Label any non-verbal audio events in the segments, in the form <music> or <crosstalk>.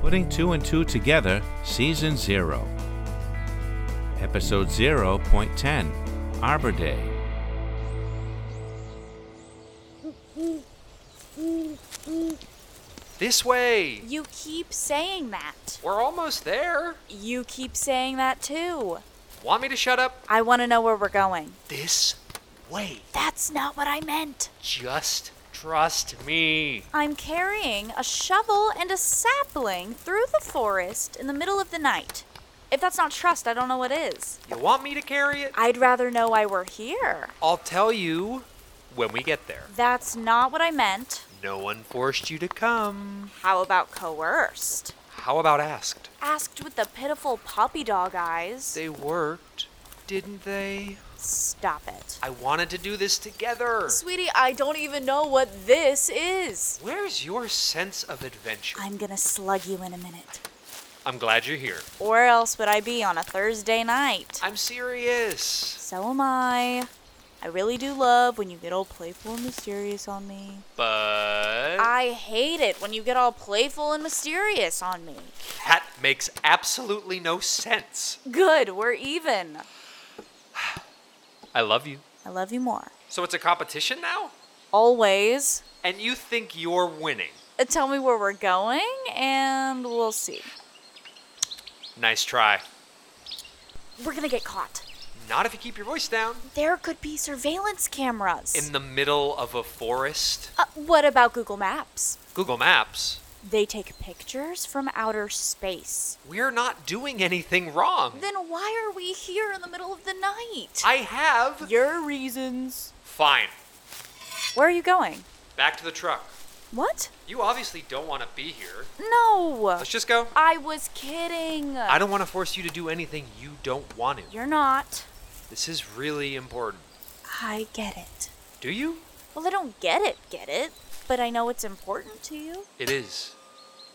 Putting Two and Two Together, Season 0. Episode 0.10 Arbor Day. This way! You keep saying that. We're almost there. You keep saying that too. Want me to shut up? I want to know where we're going. This way. That's not what I meant. Just trust me. I'm carrying a shovel and a sapling through the forest in the middle of the night. If that's not trust, I don't know what is. You want me to carry it? I'd rather know why we're here. I'll tell you when we get there. That's not what I meant. No one forced you to come. How about coerced? How about asked? Asked with the pitiful puppy dog eyes. They worked, didn't they? Stop it. I wanted to do this together. Sweetie, I don't even know what this is. Where's your sense of adventure? I'm gonna slug you in a minute. I'm glad you're here. Or else would I be on a Thursday night? I'm serious. So am I. I really do love when you get all playful and mysterious on me. But. I hate it when you get all playful and mysterious on me. That makes absolutely no sense. Good, we're even. I love you. I love you more. So it's a competition now? Always. And you think you're winning. Uh, Tell me where we're going, and we'll see. Nice try. We're gonna get caught. Not if you keep your voice down. There could be surveillance cameras. In the middle of a forest. uh, what about Google Maps? Google Maps. They take pictures from outer space. We're not doing anything wrong. Then why are we here in the middle of the night? I have. Your reasons. Fine. Where are you going? Back to the truck. What? You obviously don't want to be here. No. Let's just go. I was kidding. I don't want to force you to do anything you don't want to. You're not. This is really important. I get it. Do you? Well, I don't get it, get it? But I know it's important to you. It is.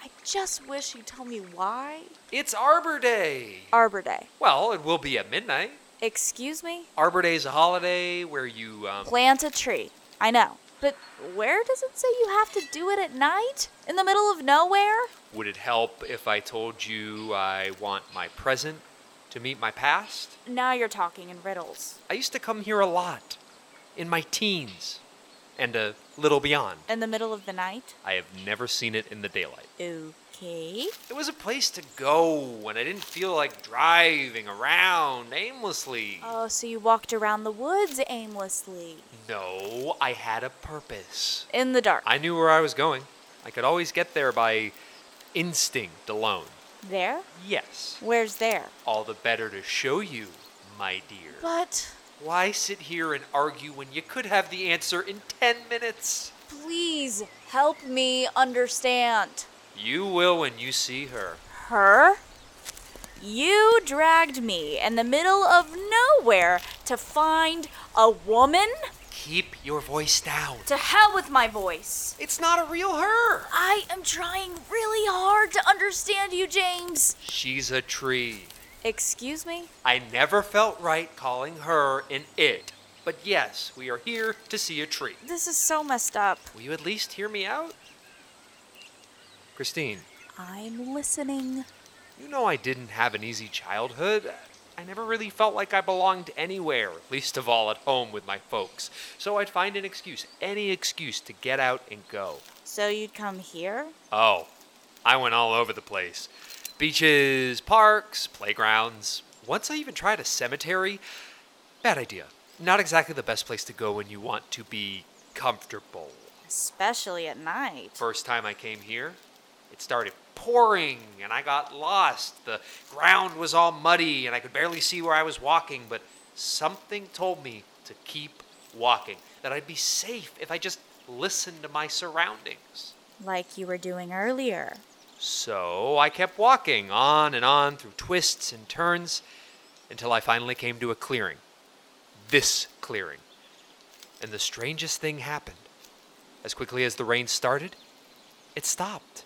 I just wish you'd tell me why. It's Arbor Day. Arbor Day. Well, it will be at midnight. Excuse me? Arbor Day is a holiday where you um, Plant a tree. I know. But where does it say you have to do it at night? In the middle of nowhere? Would it help if I told you I want my present to meet my past? Now you're talking in riddles. I used to come here a lot in my teens and a little beyond. In the middle of the night? I have never seen it in the daylight. Okay. It was a place to go and I didn't feel like driving around aimlessly. Oh, so you walked around the woods aimlessly. No, I had a purpose. In the dark. I knew where I was going. I could always get there by instinct alone. There? Yes. Where's there? All the better to show you, my dear. But Why sit here and argue when you could have the answer in 10 minutes? please help me understand. You will when you see her. Her? You dragged me in the middle of nowhere to find a woman? Keep your voice down. To hell with my voice. It's not a real her. I am trying really hard to understand you, James. She's a tree. Excuse me? I never felt right calling her an it. But yes, we are here to see a tree. This is so messed up. Will you at least hear me out? Christine, I'm listening. you know I didn't have an easy childhood. I never really felt like I belonged anywhere, least of all at home with my folks. So I'd find an excuse, any excuse, to get out and go. So you'd come here? Oh, I went all over the place beaches, parks, playgrounds. Once I even tried a cemetery. Bad idea. Not exactly the best place to go when you want to be comfortable. Especially at night. First time I came here, it started pouring and I got lost. The ground was all muddy and I could barely see where I was walking, but something told me to keep walking, that I'd be safe if I just listened to my surroundings. Like you were doing earlier. So I kept walking on and on through twists and turns until I finally came to a clearing. This clearing. And the strangest thing happened. As quickly as the rain started, it stopped.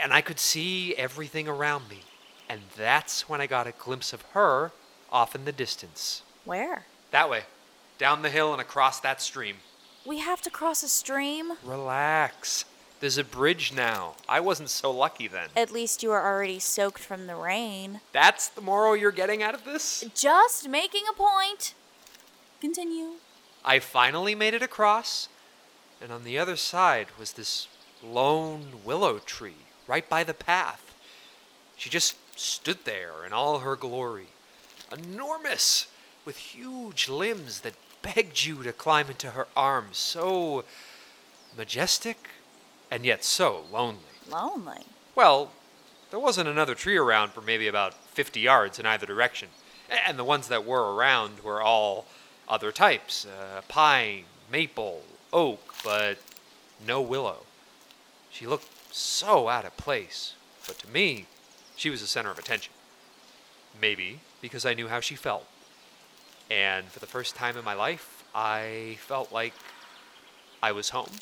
And I could see everything around me. And that's when I got a glimpse of her off in the distance. Where? That way, down the hill and across that stream. We have to cross a stream? Relax. There's a bridge now. I wasn't so lucky then. At least you are already soaked from the rain. That's the moral you're getting out of this? Just making a point. Continue. I finally made it across, and on the other side was this lone willow tree right by the path. She just stood there in all her glory, enormous, with huge limbs that begged you to climb into her arms, so majestic and yet so lonely. Lonely. Well, there wasn't another tree around for maybe about 50 yards in either direction. A- And the ones that were around were all other types uh, pine, maple, oak, but no willow. She looked so out of place, but to me, she was the center of attention. Maybe because I knew how she felt. And for the first time in my life, I felt like I was home.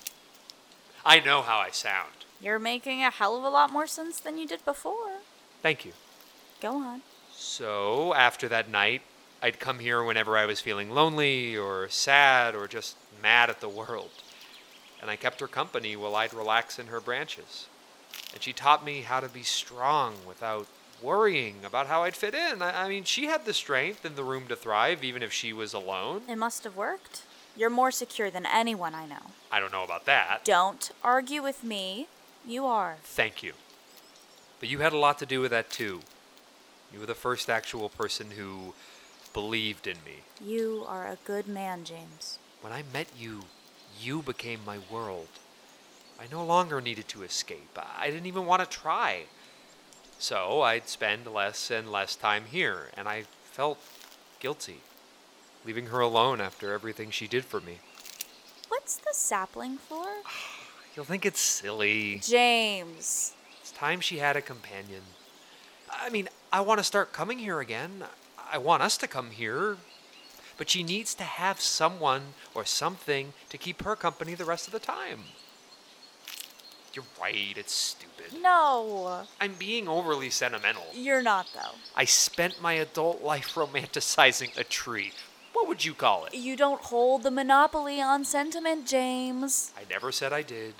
I know how I sound. You're making a hell of a lot more sense than you did before. Thank you. Go on. So after that night, I'd come here whenever I was feeling lonely or sad or just mad at the world. And I kept her company while I'd relax in her branches. And she taught me how to be strong without worrying about how I'd fit in. I, I mean, she had the strength and the room to thrive, even if she was alone. It must have worked. You're more secure than anyone I know. I don't know about that. Don't argue with me. You are. Thank you. But you had a lot to do with that, too. You were the first actual person who believed in me. You are a good man, James. When I met you, you became my world. I no longer needed to escape. I didn't even want to try. So I'd spend less and less time here, and I felt guilty, leaving her alone after everything she did for me. What's the sapling <sighs> for? You'll think it's silly. James. It's time she had a companion. I mean, I want to start coming here again. I want us to come here. But she needs to have someone or something to keep her company the rest of the time. You're right, it's stupid. No. I'm being overly sentimental. You're not, though. I spent my adult life <laughs> romanticizing a tree. What would you call it? You don't hold the monopoly on sentiment, James. I never said I did.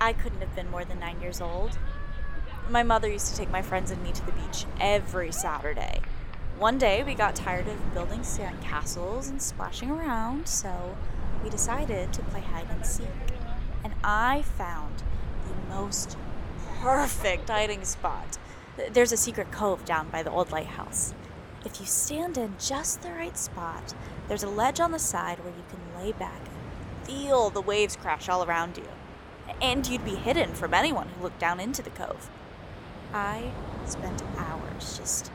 I couldn't have been more than nine years old. My mother used to take my friends and me to the beach every Saturday. One day we got tired of building sand castles and splashing around, so we decided to play hide and seek. And I found the most perfect hiding spot. Th- There's a secret cove down by the old lighthouse. If you stand in just the right spot, there's a ledge on the side where you can lay back and feel the waves crash all around you. And you'd be hidden from anyone who looked down into the cove. I spent hours just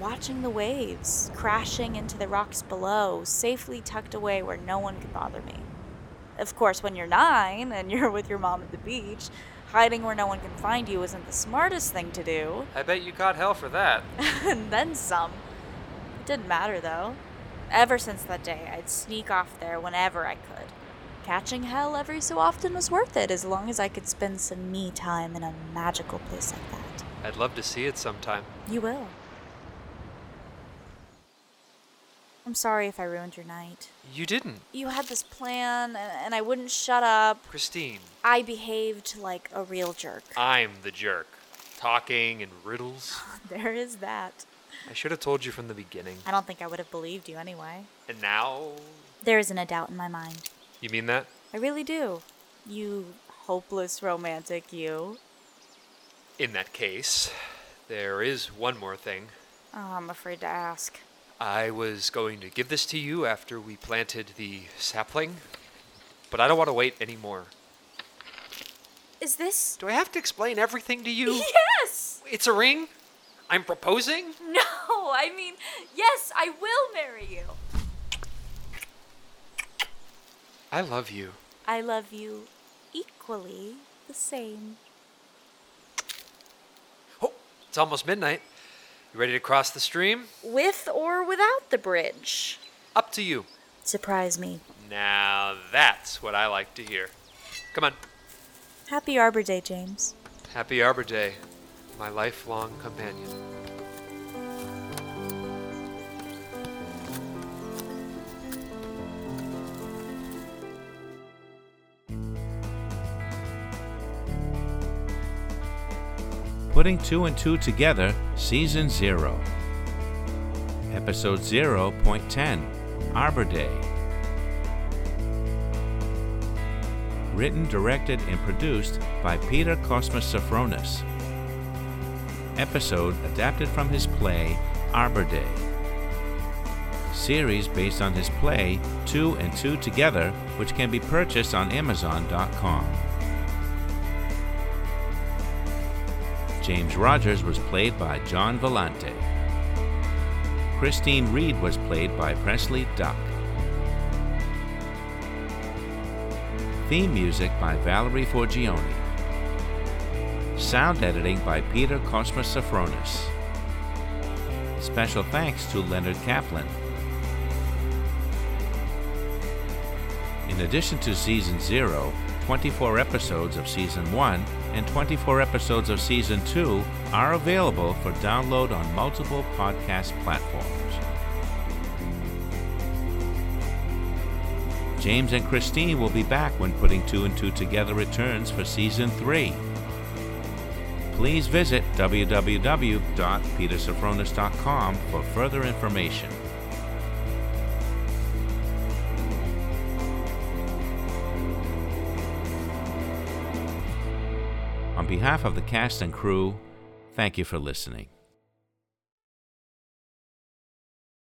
watching the waves crashing into the rocks below, safely tucked away where no one could bother me. Of course, when you're nine and <laughs> you're with your mom at the beach, hiding where no one can find you isn't the smartest thing to do. I bet you got hell for that. and then some. It didn't matter though. Ever since that day, I'd sneak off there whenever I could. Catching hell every so often was worth it as long as I could spend some me time in a magical place like that. I'd love to see it sometime. You will. I'm sorry if I ruined your night. You didn't, You had this plan, a- and I wouldn't shut up. Christine. I behaved like a real jerk. I'm the jerk. Talking and riddles. <laughs> There is that. I should have told you from the beginning. I don't think I would have believed you anyway. And now. There isn't a doubt in my mind. You mean that? I really do. You hopeless romantic, you. In that case, there is one more thing. Oh, I'm afraid to ask. I was going to give this to you after we planted the sapling, but I don't want to wait anymore. Is <laughs> this. Do I have to explain everything to <laughs> you? Yes! It's a ring? I'm proposing? No, I mean, yes, I will marry you. I love you. I love you equally the same. Oh, it's almost midnight. You ready to cross the stream? With or without the bridge? Up to you. Surprise me. Now that's what I like to hear. Come on. Happy Arbor Day, James. Happy Arbor Day, my lifelong companion. Putting two and two together, season zero. Episode 0.10 Arbor Day. Written, directed, and produced by Peter Cosmas Sophronis. Episode adapted from his play Arbor Day. Series based on his play Two and Two Together, which can be purchased on Amazon.com. James Rogers was played by John Vellante. Christine Reed was played by Presley Duck. Theme music by Valerie Forgione. Sound editing by Peter Cosmas Sophronis. Special thanks to Leonard Kaplan. In addition to Season 0, 24 episodes of Season 1 and 24 episodes of Season 2 are available for download on multiple podcast platforms. James and Christine will be back when Putting Two and Two Together returns for Season 3. Please visit www.petersophronis.com for further information. On behalf of the cast and crew, thank you for listening.